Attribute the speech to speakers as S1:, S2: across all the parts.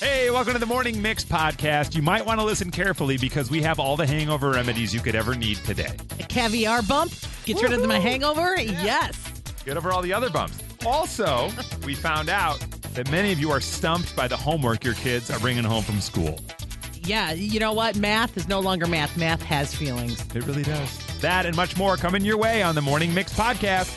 S1: Hey, welcome to the Morning Mix podcast. You might want to listen carefully because we have all the hangover remedies you could ever need today.
S2: A caviar bump gets rid of my hangover. Yes.
S1: Get over all the other bumps. Also, we found out that many of you are stumped by the homework your kids are bringing home from school.
S2: Yeah. You know what? Math is no longer math. Math has feelings.
S1: It really does. That and much more coming your way on the Morning Mix podcast.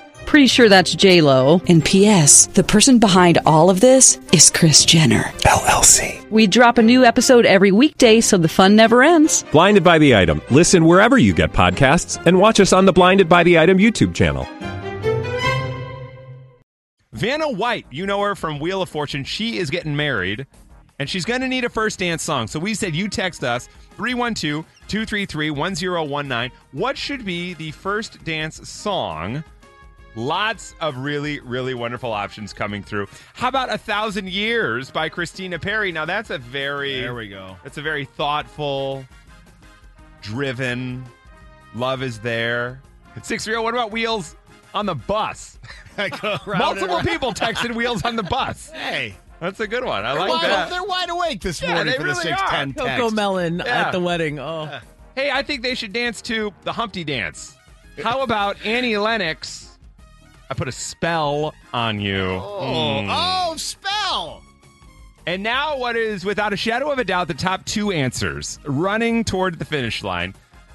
S3: Pretty sure that's J Lo.
S4: And P.S. The person behind all of this is Chris Jenner.
S5: LLC.
S3: We drop a new episode every weekday, so the fun never ends.
S5: Blinded by the item. Listen wherever you get podcasts, and watch us on the Blinded by the Item YouTube channel.
S1: Vanna White, you know her from Wheel of Fortune. She is getting married and she's going to need a first dance song. So we said you text us 312 233 1019. What should be the first dance song? Lots of really, really wonderful options coming through. How about A Thousand Years by Christina Perry? Now that's a very
S6: There we go.
S1: That's a very thoughtful, driven, love is there. 630, what about wheels on the bus?
S6: I go round and
S1: Multiple
S6: round.
S1: people texted wheels on the bus.
S6: Hey,
S1: That's a good one. I
S2: Oh,
S1: like
S6: wide-
S1: that.
S6: they're wide awake this
S1: Yeah,
S6: morning
S1: they
S6: for the
S1: really
S6: six ten
S1: are.
S6: text.
S2: Coco Melon
S1: Yeah.
S2: at the wedding. Oh.
S1: Hey, I think they should dance to the Humpty Dance. How about Annie Lennox? I put a spell on you. Hmm.
S6: Oh, oh, spell.
S1: And now, what is without a shadow of a doubt the top two answers running toward the finish line?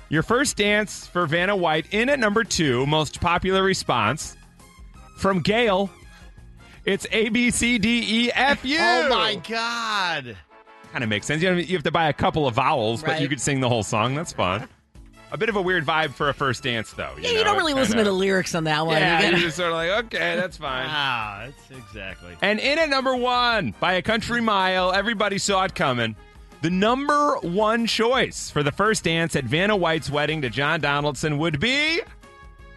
S1: Your first dance for Vanna White in at number two, most popular response from Gail. It's A B C D E F U.
S6: Oh my god.
S1: kind of makes sense. You have, you have to buy a couple of vowels, but you
S2: Right.
S1: could sing the whole song. That's fun. A bit of a weird vibe for a first dance, though.
S2: Yeah, you
S1: know,
S2: don't
S1: it's
S2: really listen to
S1: kinda-
S2: the lyrics on that one.
S1: Yeah,
S2: You
S1: you're
S2: get-
S1: just sort of like, okay, that's fine.
S6: Ah, that's exactly.
S1: And in at number one, by a country mile, everybody saw it coming. The number one choice for the first dance at Vanna White's wedding to John Donaldson would be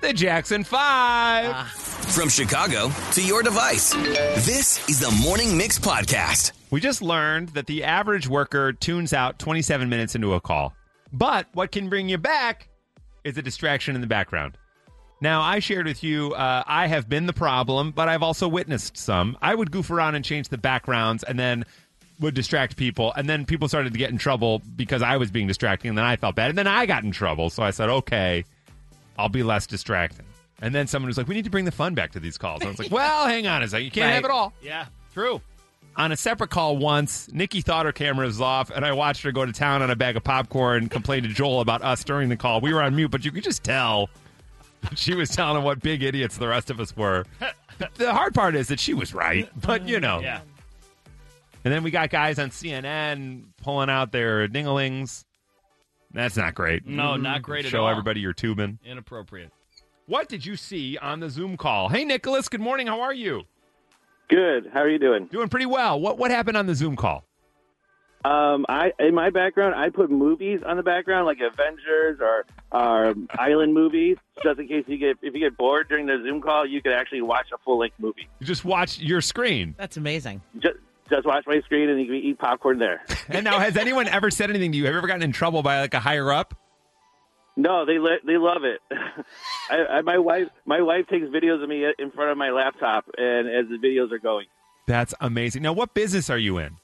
S1: the Jackson Five.
S2: Ah.
S7: From Chicago to your device, this is the Morning Mix Podcast.
S1: We just learned that the average worker tunes out 27 minutes into a call. But what can bring you back is a distraction in the background. Now, I shared with you, uh, I have been the problem, but I've also witnessed some. I would goof around and change the backgrounds and then would distract people. And then people started to get in trouble because I was being distracting. And then I felt bad. And then I got in trouble. So I said, okay, I'll be less distracting. And then someone was like, we need to bring the fun back to these calls. And I was like, well, hang on a second. You can't have it all
S6: Yeah, true.
S1: on a separate call once, Nikki thought her camera was off, and I watched her go to town on a bag of popcorn and complain to Joel about us during the call. We were on mute, but you could just tell that she was telling him what big idiots the rest of us were. the hard part is that she was right, but you know.
S6: Yeah.
S1: And then we got guys on CNN pulling out their dinglings. That's not great. Mm-hmm.
S6: No, not great at
S1: Show
S6: all.
S1: everybody your tubing.
S6: Inappropriate.
S1: What did you see on the Zoom call? Hey, Nicholas. Good morning. How are you?
S8: Good. How are you doing?
S1: Doing pretty well. What what happened on the Zoom call?
S8: Um, I in my background, I put movies on the background, like Avengers or or island movies, just in case you get if you get bored during the Zoom call, you could actually watch a full length movie.
S1: You just watched your screen.
S2: That's amazing.
S8: Just just watch my screen and you can eat popcorn there.
S1: And now, has anyone ever said anything to you? Have you ever gotten in trouble by like a higher up?
S8: No, they li- they love it. I, I, my wife my wife takes videos of me in front of my laptop, and as the videos are going,
S1: That's amazing. Now, what business are you in?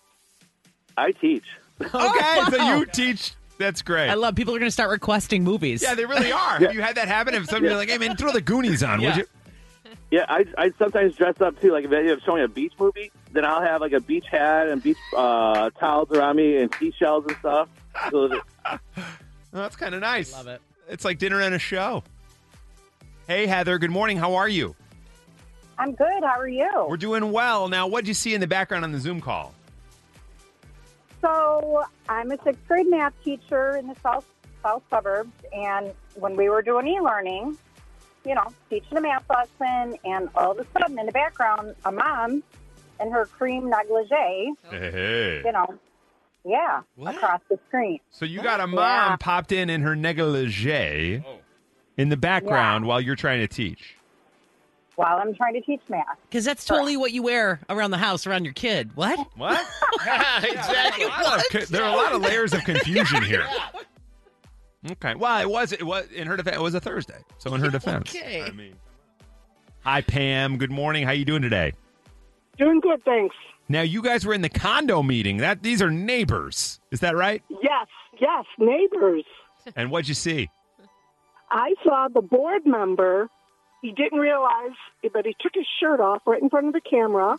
S8: I teach.
S1: Okay,
S2: Oh, wow.
S1: so you teach. That's great.
S2: I love people are going to start requesting movies.
S1: yeah, they really are. Have you had that happen? If somebody's like, "Hey, man, throw the Goonies on," would
S6: Yeah.
S1: you?
S8: Yeah, I, I sometimes dress up too. Like if I'm showing a beach movie, then I'll have like a beach hat and beach uh, towels around me and seashells and stuff. So that-
S1: Well, Oh, that's kind of nice.
S2: Love it.
S1: It's like dinner and a show. Hey, Heather. Good morning. How are you?
S9: I'm good. How are you?
S1: We're doing well. Now, what'd you see in the background on the Zoom call?
S9: So I'm a sixth grade math teacher in the south south suburbs, and when we were doing e-learning, you know, teaching a math lesson, and all of a sudden in the background, a mom in her cream negligee,
S1: Hey, hey.
S9: you know, yeah,
S2: What?
S9: across the screen.
S1: So you got a mom
S9: Yeah.
S1: popped in in her negligee in the background while you're trying to teach.
S9: While I'm trying to teach math,
S2: Because that's totally what you wear around the house around your kid. What?
S1: What?
S10: exactly.
S1: A lot of co- there are a lot of layers of confusion here. Okay. Well, it was it was in her defense. It was a Thursday, so in her defense.
S2: Okay.
S1: I mean, hi Pam. Good morning. How you doing today?
S9: doing good, thanks.
S1: Now you guys were in the condo meeting. That these are neighbors. Is that right?
S9: Yes, yes, neighbors.
S1: And what'd you see?
S9: I saw the board member. He didn't realize, but he took his shirt off right in front of the camera,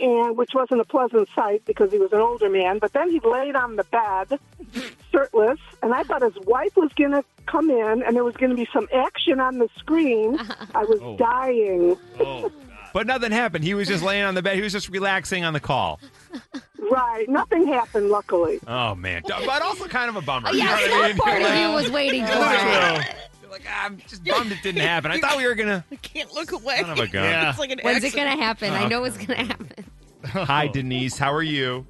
S9: and which wasn't a pleasant sight because he was an older man. But then he laid on the bed, shirtless, and I thought his wife was going to come in, and there was going to be some action on the screen. I was dying.
S1: But nothing happened. He was just laying on the bed. He was just relaxing on the call.
S9: Right, nothing happened, luckily.
S1: Oh man. But also kind of a bummer. You know
S11: Yeah,
S1: what I mean?
S11: that part of you
S1: Like-
S11: was waiting for it.
S1: True. You're like, "Ah, I'm just bummed it didn't happen. I thought we were gonna.
S2: I can't look away.
S1: Son of a gun.
S10: Yeah.
S2: It's like an
S11: When's it
S2: accident.
S11: going to happen? I know it's going to happen.
S1: Hi, Denise. How are you?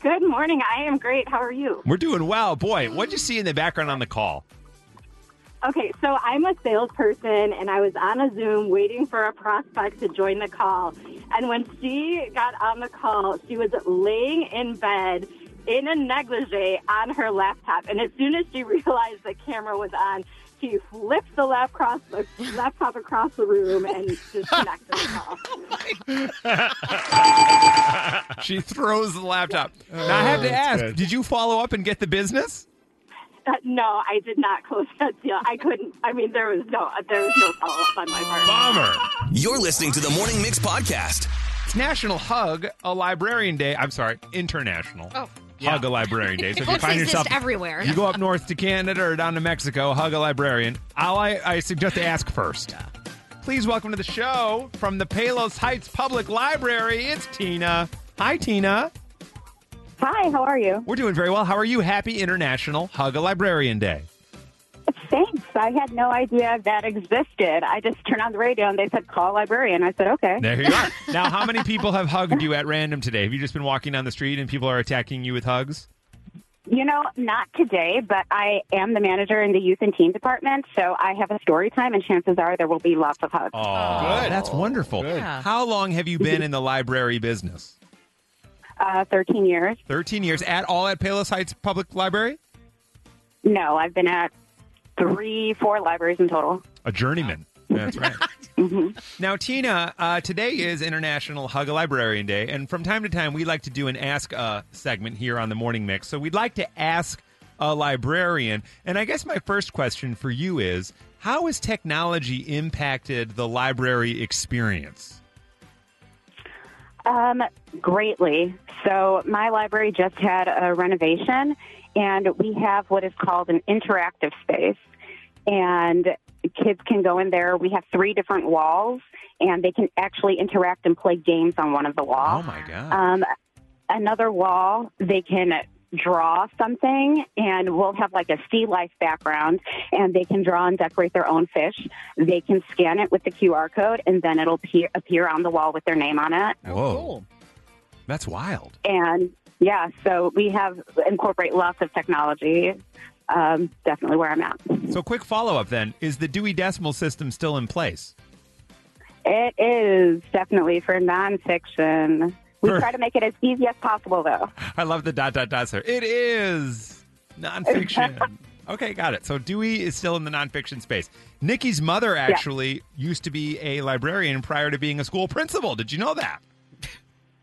S9: Good morning. I am great. How are you?
S1: We're doing well, boy. What'd you see in the background on the call?
S9: Okay, so I'm a salesperson and I was on a Zoom waiting for a prospect to join the call. And when she got on the call, she was laying in bed in a negligee on her laptop. And as soon as she realized the camera was on, she flipped the lap across the laptop across the room and disconnected the call.
S1: She throws the laptop. now I have to ask: Did you follow up and get the business?
S9: Uh, no, I did not close that deal. I couldn't. I mean, there was no there was no follow up on my part.
S1: Bummer.
S12: You're listening to the Morning Mix Podcast.
S1: It's National Hug a Librarian Day. I'm sorry, International
S11: Oh.
S1: Hug a Librarian Day. So if you
S11: Books
S1: find
S11: exist
S1: yourself
S11: everywhere.
S1: You go up north to Canada or down to Mexico, hug a librarian. All I, I suggest to ask first. Please welcome to the show from the Palos Heights Public Library. It's Tina. Hi, Tina.
S9: Hi, how are you?
S1: We're doing very well. How are you? Happy International Hug a Librarian Day.
S9: Thanks. I had no idea that existed. I just turned on the radio and they said call librarian. I said okay.
S1: There you are. now, how many people have hugged you at random today? Have you just been walking down the street and people are attacking you with hugs?
S9: You know, not today, but I am the manager in the youth and teen department, so I have a story time, and chances are there will be lots of hugs.
S1: Oh, that's wonderful.
S2: Yeah.
S1: How long have you been in the library business?
S9: Uh, Thirteen years?
S1: 13 years at all at Palos Heights Public Library?
S9: No, I've been at three, four libraries in total.
S1: A journeyman. That's right. Mm-hmm. Now, Tina, uh, today is International Hug a Librarian Day, and from time to time we like to do an Ask a segment here on the Morning Mix. So we'd like to ask a librarian, and I guess my first question for you is: How has technology impacted the library experience?
S9: Um, greatly. So my library just had a renovation, and we have what is called an interactive space. And kids can go in there. We have three different walls, and they can actually interact and play games on one of the
S1: Oh
S9: walls.
S1: my God!
S9: Um, another wall, they can draw something, and we'll have like a sea life background, and they can draw and decorate their own fish. They can scan it with the QR code, and then it'll pe- appear on the wall with their name on it.
S1: Whoa,
S2: Cool.
S1: that's wild.
S9: And yeah, so we have incorporate lots of technology. Um, definitely where I'm at.
S1: So, quick follow up then: Is the Dewey Decimal System still in place?
S9: It is definitely for nonfiction. We
S1: Sure.
S9: try to make it as easy as possible, though.
S1: I love the dot dot dots there. It is nonfiction. okay, got it. So Dewey is still in the nonfiction space. Nikki's mother actually used to be a librarian prior to being a school principal. Did you know that?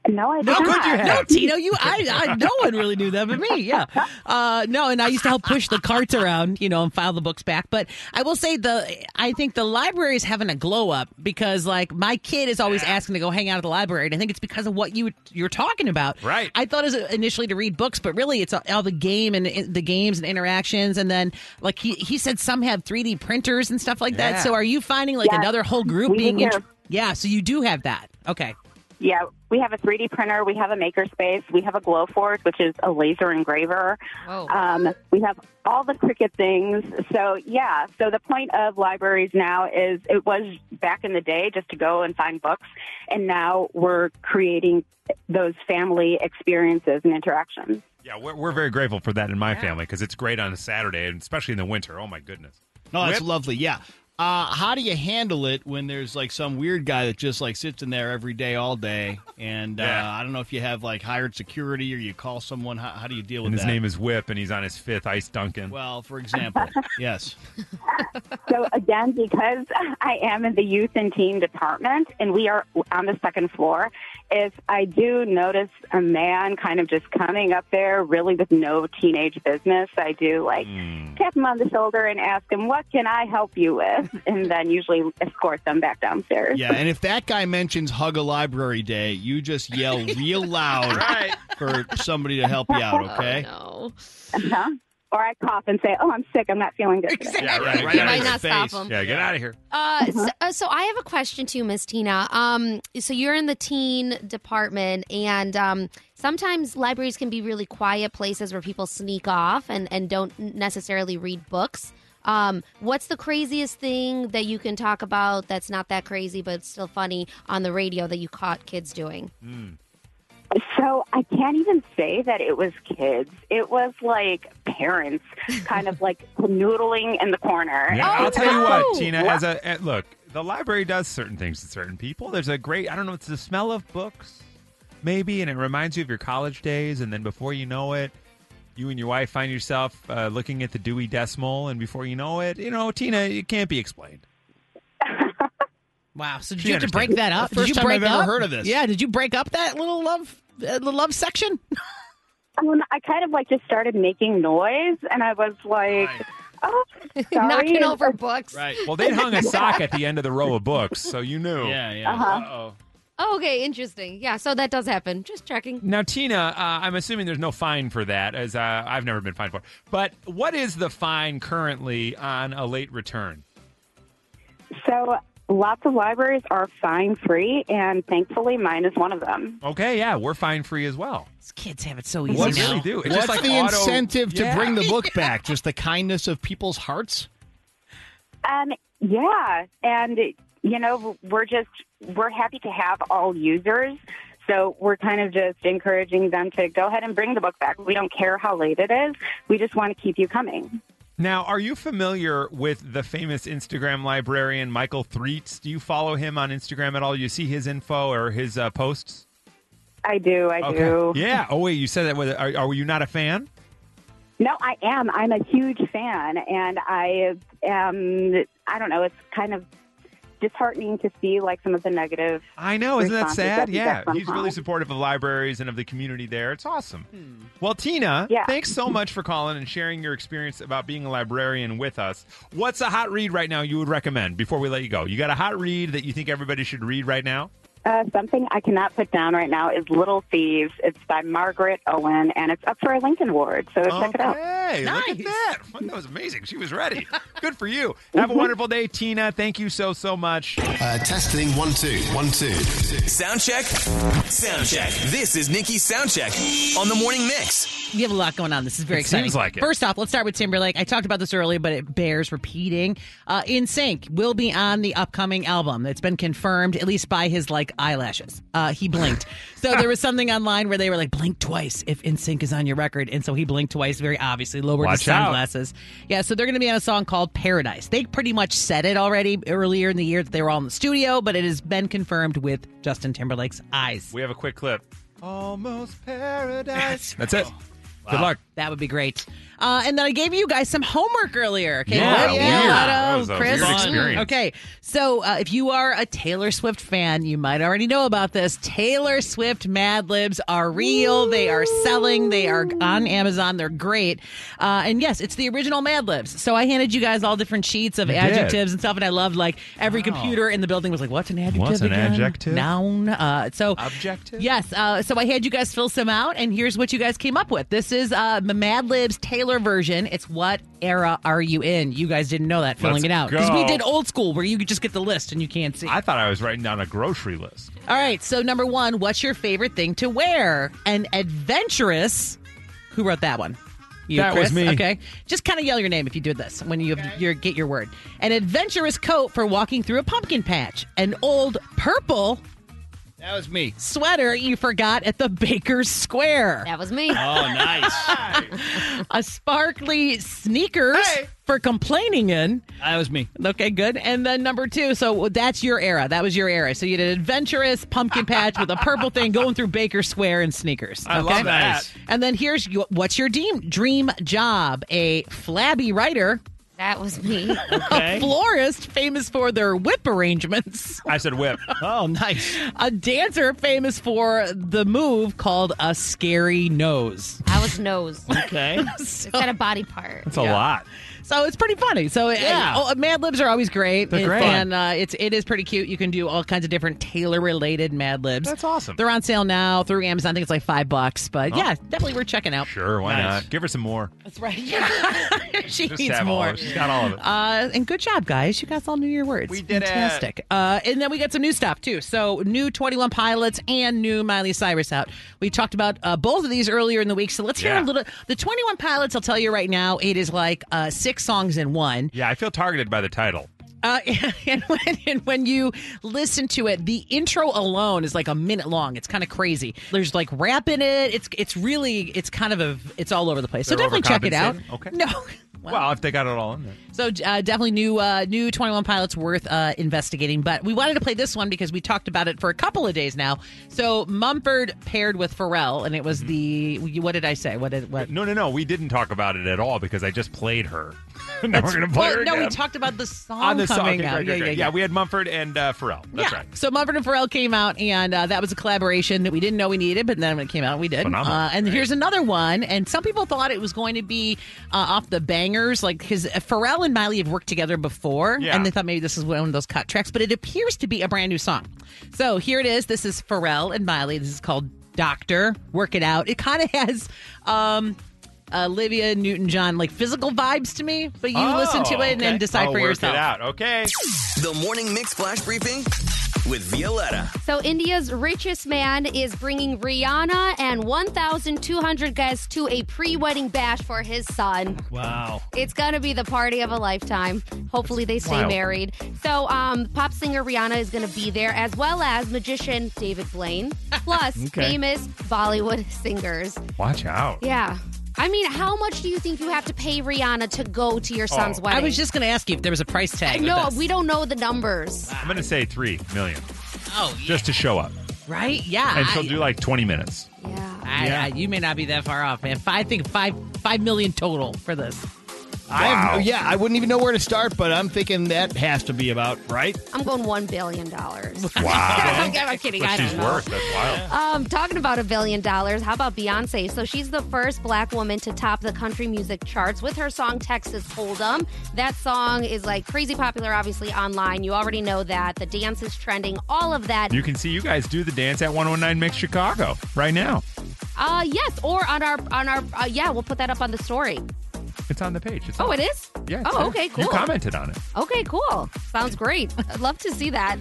S9: No, I did
S1: How could
S9: not.
S1: you
S2: No,
S1: have?
S2: Tino, you, I, I, no one really knew that but me. Yeah. Uh, no, and I used to help push the carts around, you know, and file the books back. But I will say the, I think the library is having a glow up because like my kid is always asking to go hang out at the library, and I think it's because of what you you're talking about.
S1: Right.
S2: I thought it was initially to read books, but really it's all, all the game and and the games and interactions, and then like he he said some have 3D printers and stuff like
S1: Yeah.
S2: that. So are you finding like
S9: Yes.
S2: another whole group
S9: We
S2: being
S9: do
S2: int-
S9: too.
S2: Yeah, so you do have that. Okay.
S9: Yeah, we have a 3D printer. We have a makerspace. We have a glowforge, which is a laser engraver. Um, we have all the cricket things. So yeah, so the point of libraries now is it was back in the day just to go and find books, and now we're creating those family experiences and interactions.
S1: Yeah, we're, we're very grateful for that in my family because it's great on a Saturday, and especially in the winter. Oh my goodness.
S6: No, that's
S1: Whip.
S6: lovely. Yeah. Uh, how do you handle it when there's like some weird guy that just like sits in there every day, all day? And uh, I don't know if you have like hired security or you call someone. How, how do you deal with
S1: And his
S6: that?
S1: name is Whip, and he's on his fifth ice Duncan.
S6: well, for example, yes.
S9: So again, because I am in the youth and teen department and we are on the second floor, if I do notice a man kind of just coming up there really with no teenage business, I do like
S1: Hmm.
S9: tap him on the shoulder and ask him, what can I help you with? And then usually escort them back downstairs.
S6: Yeah, and if that guy mentions Hug a Library Day, you just yell real loud for somebody to help you out, okay?
S9: Uh-huh. Or I cough and say, oh, I'm sick. I'm not feeling good. today."
S6: Yeah, right,
S11: You
S6: out
S11: might
S6: of his
S11: not stop
S6: face.
S11: him.
S1: Yeah, get out of here.
S11: Uh, so, uh, so I have a question too, Miss Tina. Um, so you're in the teen department, and um, sometimes libraries can be really quiet places where people sneak off and, and don't necessarily read books. Um, what's the craziest thing that you can talk about that's not that crazy but still funny on the radio that you caught kids doing?
S9: So I can't even say that it was kids. It was like parents kind of like noodling in the corner.
S1: Yeah, I'll tell you what, Tina.
S9: What?
S1: As a eh, look, the library does certain things to certain people. There's a great, I don't know, it's the smell of books, maybe, and it reminds you of your college days. And then before you know it, you and your wife find yourself uh, looking at the Dewey Decimal, and before you know it, you know, Tina, it can't be explained.
S2: Wow. So did
S1: She
S2: you have to
S1: understands.
S2: break that up?
S1: The first
S2: did you
S1: time
S2: break
S1: I've ever
S2: up?
S1: heard of this.
S2: Yeah. Did you break up that little love, uh, little love section?
S9: Um, I kind of like just started making noise, and I was like, "Oh, sorry.
S11: Knocking over books.
S6: Right.
S1: Well, they'd hung a sock at the end of the row of books, so you knew.
S6: Yeah, yeah.
S11: Uh-huh.
S6: Uh-oh.
S11: Oh, okay, interesting. Yeah, so that does happen. Just checking.
S1: Now, Tina, uh, I'm assuming there's no fine for that, as uh, I've never been fined for. it. But what is the fine currently on a late return?
S9: So lots of libraries are fine free, and thankfully, mine is one of them.
S1: Okay, yeah, we're fine free as well.
S2: Kids have it so easy
S1: What
S2: now.
S1: really do? It's
S6: What's
S1: just like
S6: the
S1: auto-
S6: incentive to
S1: Yeah.
S6: bring the book back? Just the kindness of people's hearts?
S9: Um, yeah, and you know, we're just we're happy to have all users. So we're kind of just encouraging them to go ahead and bring the book back. We don't care how late it is. We just want to keep you coming.
S1: Now, are you familiar with the famous Instagram librarian Michael Threets? Do you follow him on Instagram at all? You see his info or his uh, posts?
S9: I do. I do.
S1: Yeah. Oh wait, you said that. With, are, are you not a fan?
S9: No, I am. I'm a huge fan, and I am. I don't know. It's kind of disheartening to see like some of the negative.
S1: I know. Isn't that
S9: responses
S1: sad?
S9: we
S1: Yeah.
S9: get from
S1: He's really
S9: home.
S1: supportive of libraries and of the community there. It's awesome. Well, Tina, thanks so much for calling and sharing your experience about being a librarian with us. What's a hot read right now you would recommend before we let you go? You got a hot read that you think everybody should read right now?
S9: Uh, something I cannot put down right now is Little Thieves. It's by Margaret Owen, and it's up for a Lincoln Award. So check it out.
S1: Hey, look at that. That was amazing. She was ready. Good for you. Have a
S9: Mm-hmm.
S1: wonderful day, Tina. Thank you so, so much.
S7: Uh, testing one, two, one, two. Sound check. Sound check. This is Nikki's sound check on the morning mix.
S2: You have a lot going on. This is very
S7: It
S2: exciting.
S7: seems like it.
S2: First off, let's start with Timberlake. I talked about this earlier, but it bears repeating. Uh, In Sync will be on the upcoming album. It's been confirmed, at least by his like eyelashes. Uh, he blinked. so there was something online where they were like, blink twice if In Sync is on your record, and so he blinked twice, very obviously lowered
S13: Watch
S2: his
S13: out.
S2: sunglasses. Yeah, so they're going to be on a song called Paradise. They pretty much said it already earlier in the year that they were all in the studio, but it has been confirmed with Justin Timberlake's eyes.
S1: We have a quick clip. Almost paradise. That's it.
S2: Wow.
S1: Good luck.
S2: That would be great. Uh, and then I gave you guys some homework earlier. Okay,
S1: Yeah,
S2: Whitney,
S1: weird.
S2: Lotto,
S1: That was a
S2: Chris.
S1: weird experience.
S2: Okay, so uh, if you are a Taylor Swift fan, you might already know about this. Taylor Swift Mad Libs are real. They are selling. They are on Amazon. They're great. Uh, and yes, it's the original Mad Libs. So I handed you guys all different sheets of
S1: You did.
S2: adjectives and stuff, and I loved like every computer in the building was like, "What's an adjective?
S1: What's an
S2: again?
S1: adjective?
S2: Noun. Uh, so
S1: objective."
S2: Yes. Uh, so I had you guys fill some out, and here's what you guys came up with. This is uh, Mad Lib's Taylor popular version. It's what era are you in? You guys didn't know that filling
S1: Let's
S2: it out because we
S1: go.
S2: did old school where you could just get the list and you can't see.
S1: I thought I was writing down a grocery list.
S2: All right, so number one, what's your favorite thing to wear? An adventurous. Who wrote that one? You,
S1: That
S2: Chris?
S1: was me.
S2: Okay, just kind of yell your name if you did this when you have your get your word. An adventurous coat for walking through a pumpkin patch. An old purple
S6: That was me.
S2: sweater you forgot at the baker's square.
S11: That was me. Oh,
S6: nice.
S2: a sparkly sneakers for complaining in.
S6: That was me.
S2: Okay, good. And then number two, so that's your era. That was your era. So you had an adventurous pumpkin patch with a purple thing going through Baker Square and sneakers.
S13: I
S2: okay?
S13: love that.
S2: And then here's your, what's your dream dream job? A flabby writer.
S11: That was me.
S2: A florist famous for their whip arrangements.
S1: I said whip.
S6: oh, nice.
S2: A dancer famous for the move called a scary nose.
S11: I was nose.
S6: Okay.
S11: it's got a body part.
S1: That's a lot.
S2: So it's pretty funny. So
S11: Yeah.
S2: yeah. oh, Mad Libs are always great.
S11: They're great.
S2: And uh, it's it is pretty cute. You can do all kinds of different tailor related Mad Libs. That's awesome. They're on sale now through Amazon. I think it's like five bucks, but
S1: Oh.
S2: yeah, definitely worth checking out.
S1: Sure, why
S2: Nice.
S1: not? Give her some more.
S2: That's right. Yeah. she
S1: Just
S2: needs
S1: have all
S2: more.
S1: of it. She's got all of it.
S2: Uh, and good job, guys. You guys all knew your words. We
S1: did it.
S2: Fantastic. Uh, and then we got some new stuff, too. So, new 21 Pilots and new Miley Cyrus out. We talked about uh, both of these earlier in the week. So, let's hear a
S1: Yeah.
S2: little. The 21 Pilots, I'll tell you right now, it is like uh, six songs in one.
S1: Yeah, I feel targeted by the title.
S2: Uh, and, when, and when you listen to it, the intro alone is like a minute long. It's kind of crazy. There's like rap in it. It's it's really it's kind of a it's all over the place. so
S1: They're
S2: definitely check it out.
S1: overcompensating? Okay.
S2: No.
S1: Well, if they got it all in there.
S2: So uh, definitely new uh, new 21 pilots worth uh, investigating. But we wanted to play this one because we talked about it for a couple of days now. So Mumford paired with Pharrell, and it was
S1: Mm-hmm.
S2: the what did I say? What did what?
S1: No, no, no. We didn't talk about it at all because I just played her. now we're going to play
S2: Well,
S1: her
S2: no, we
S1: again.
S2: talked about the song
S1: on the song.
S2: coming
S1: Okay,
S2: out.
S1: great,
S2: yeah,
S1: great,
S2: yeah,
S1: great.
S2: yeah.
S1: yeah, we had Mumford and uh, Pharrell. That's right.
S2: So Mumford and Pharrell came out, and uh, that was a collaboration that we didn't know we needed, but then when it came out, we did.
S1: Phenomenal,
S2: Uh, and here's another one. And some people thought it was going to be uh, off the bangers, like because Pharrell and Miley have worked together before,
S13: Yeah.
S2: and they thought maybe this is one of those cut tracks, but it appears to be a brand new song. So here it is. This is Pharrell and Miley. This is called Doctor. Work it out. It kind of has. Um, Olivia Newton-John like physical vibes to me, but you
S1: Oh,
S2: listen to it and then decide for yourself.
S1: okay?
S7: The Morning Mix Flash Briefing with Violetta.
S11: So India's richest man is bringing Rihanna and 1,200 guests to a pre-wedding bash for his son.
S6: Wow.
S11: It's gonna be the party of a lifetime. Hopefully, they stay
S6: wild.
S11: married. So, um, pop singer Rihanna is gonna be there, as well as magician David Blaine, plus
S1: Okay.
S11: famous Bollywood singers.
S1: Watch out.
S11: Yeah. I mean, how much do you think you have to pay Rihanna to go to your son's wedding?
S2: I was just going to ask you if there was a price tag. with
S11: No,
S2: this.
S11: we don't know the numbers.
S1: I'm going to say three million
S2: Oh,
S1: just to show up,
S2: Right? Yeah.
S1: and she'll do like 20 minutes.
S2: I,
S1: Yeah.
S2: I- you may not be that far off, man. Five, I think five five million total for this.
S1: Oh,
S6: I have, Oh, yeah, I wouldn't even know where to start, but I'm thinking that has to be about right.
S11: I'm going one billion dollars.
S6: Wow.
S11: I'm, I'm kidding.
S6: What
S11: I don't
S6: she's
S11: know.
S6: worth,
S1: that's wild.
S11: Um, talking about a billion dollars, how about Beyonce? So she's the first black woman to top the country music charts with her song Texas Hold'em. That song is like crazy popular, obviously, online. You already know that. The dance is trending, all of that.
S1: You can see you guys do the dance at 109 Mix Chicago right now.
S11: Uh, yes, or on our, on our, uh, yeah, we'll put that up on the story.
S1: It's on the page. It's
S11: Oh,
S1: up.
S11: it is?
S1: Yeah. it's
S11: Oh,
S1: there.
S11: okay,
S1: You
S11: cool.
S1: commented on it.
S11: Okay, cool. Sounds great. I'd love to see that.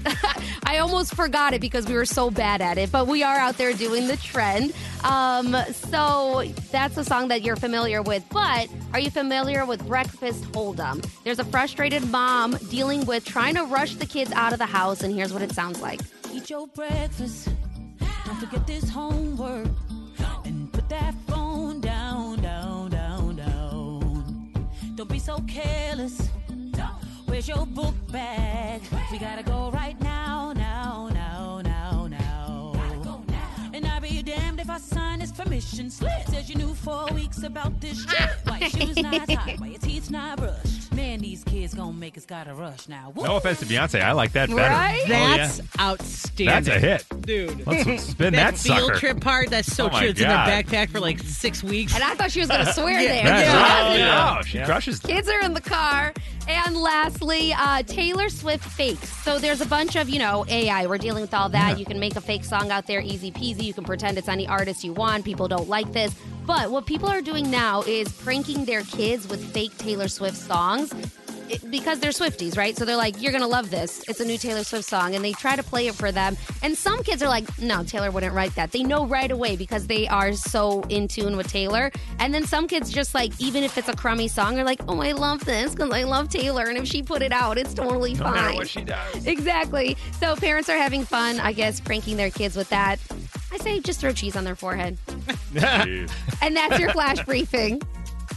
S11: I almost forgot it because we were so bad at it, but we are out there doing the trend. Um, so that's a song that you're familiar with, but are you familiar with Breakfast Hold'em? There's a frustrated mom dealing with trying to rush the kids out of the house, and here's what it sounds like.
S13: Eat your breakfast. Don't forget this homework. And put that phone down, down, down, down. Don't be so careless. Where's your book bag? We gotta go right now, now, now, now, now. And I'll be damned if I sign this permission slip. Says you knew four weeks about this shit. Why your shoes not tied? Why your teeth's not brushed? Man, these kids gonna make us gotta rush now. Woo.
S1: No offense to Beyonce, I like that better.
S13: Right?
S1: Oh, yeah.
S2: That's outstanding.
S1: That's a hit.
S2: dude.
S1: Let's spin that
S2: field
S1: sucker.
S2: trip part. That's so
S1: Oh, my
S2: true. It's in their
S1: God.
S2: backpack for like six weeks.
S11: And I thought she was going to swear
S2: Yeah.
S11: there.
S1: That's
S11: She
S1: right.
S11: wasn't.
S1: Yeah. She Oh, crushes
S11: Kids are in the car. And lastly, uh, Taylor Swift fakes. So there's a bunch of, you know, AI. We're dealing with all that.
S14: Yeah.
S11: You can make a fake song out there, easy peasy. You can pretend it's any artist you want. People don't like this. But what people are doing now is pranking their kids with fake Taylor Swift songs. it- because they're Swifties, right? So they're like, you're going to love this. It's a new Taylor Swift song. And they try to play it for them. And some kids are like, no, Taylor wouldn't write that. They know right away because they are so in tune with Taylor. And then some kids just like, even if it's a crummy song, are like, oh, I love this because I love Taylor. And if she put it out, it's totally
S1: No
S11: fine.
S1: matter what she does.
S11: Exactly. So parents are having fun, I guess, pranking their kids with that. I say just throw cheese on their forehead. And that's your flash briefing.